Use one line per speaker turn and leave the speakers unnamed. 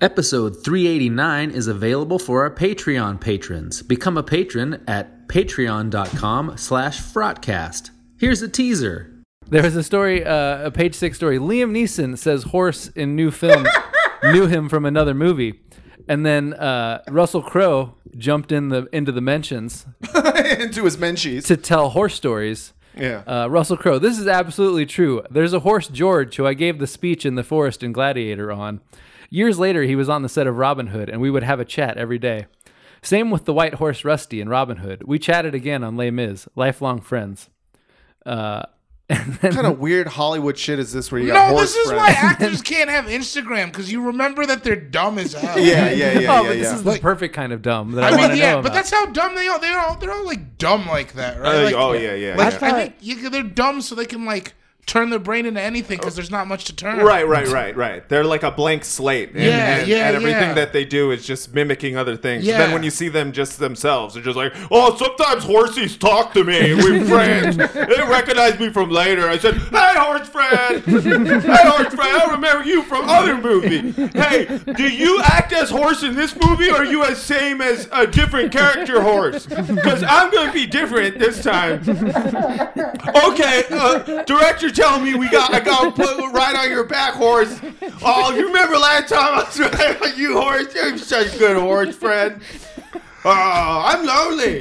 Episode 389 is available for our Patreon patrons. Become a patron at patreon.com slash frotcast. Here's a teaser.
There was a story, uh, a page six story. Liam Neeson says horse in new film knew him from another movie, and then uh, Russell Crowe jumped in the into the mentions
into his menchies.
to tell horse stories.
Yeah.
Uh, Russell Crowe, this is absolutely true. There's a horse, George, who I gave the speech in the forest in Gladiator on. Years later, he was on the set of Robin Hood, and we would have a chat every day. Same with the white horse, Rusty, in Robin Hood. We chatted again on Les Mis, lifelong friends.
what kind of weird Hollywood shit is this where you got
No,
horse
this is
friends?
why actors can't have Instagram because you remember that they're dumb as hell.
yeah, yeah, yeah,
oh,
yeah.
but this
yeah.
is the perfect kind of dumb that I,
I
want to
mean, yeah,
know
but
about.
that's how dumb they are. They're all they're all like dumb like that, right?
Uh,
Like,
oh, yeah, yeah,
Like,
yeah.
I think you, they're dumb so they can like turn their brain into anything because there's not much to turn.
Oh. Right, right, right, right. They're like a blank slate, and,
Yeah,
and,
yeah,
and everything
yeah.
that they do is just mimicking other things.
Yeah.
Then when you see them just themselves, they're just like, "Oh, sometimes horsies talk to me. We're friends. they recognize me from later." I said, "Hey, horse friend. hey, horse friend. I remember you from other movie. Hey, do you act as horse in this movie, or are you as same as a different character horse? Because I'm gonna be different this time." Okay, uh, director, tell me we got I got put right on your back, horse. Oh, you remember last time I was right on you, horse? You're such a good horse, friend. Oh, I'm lonely.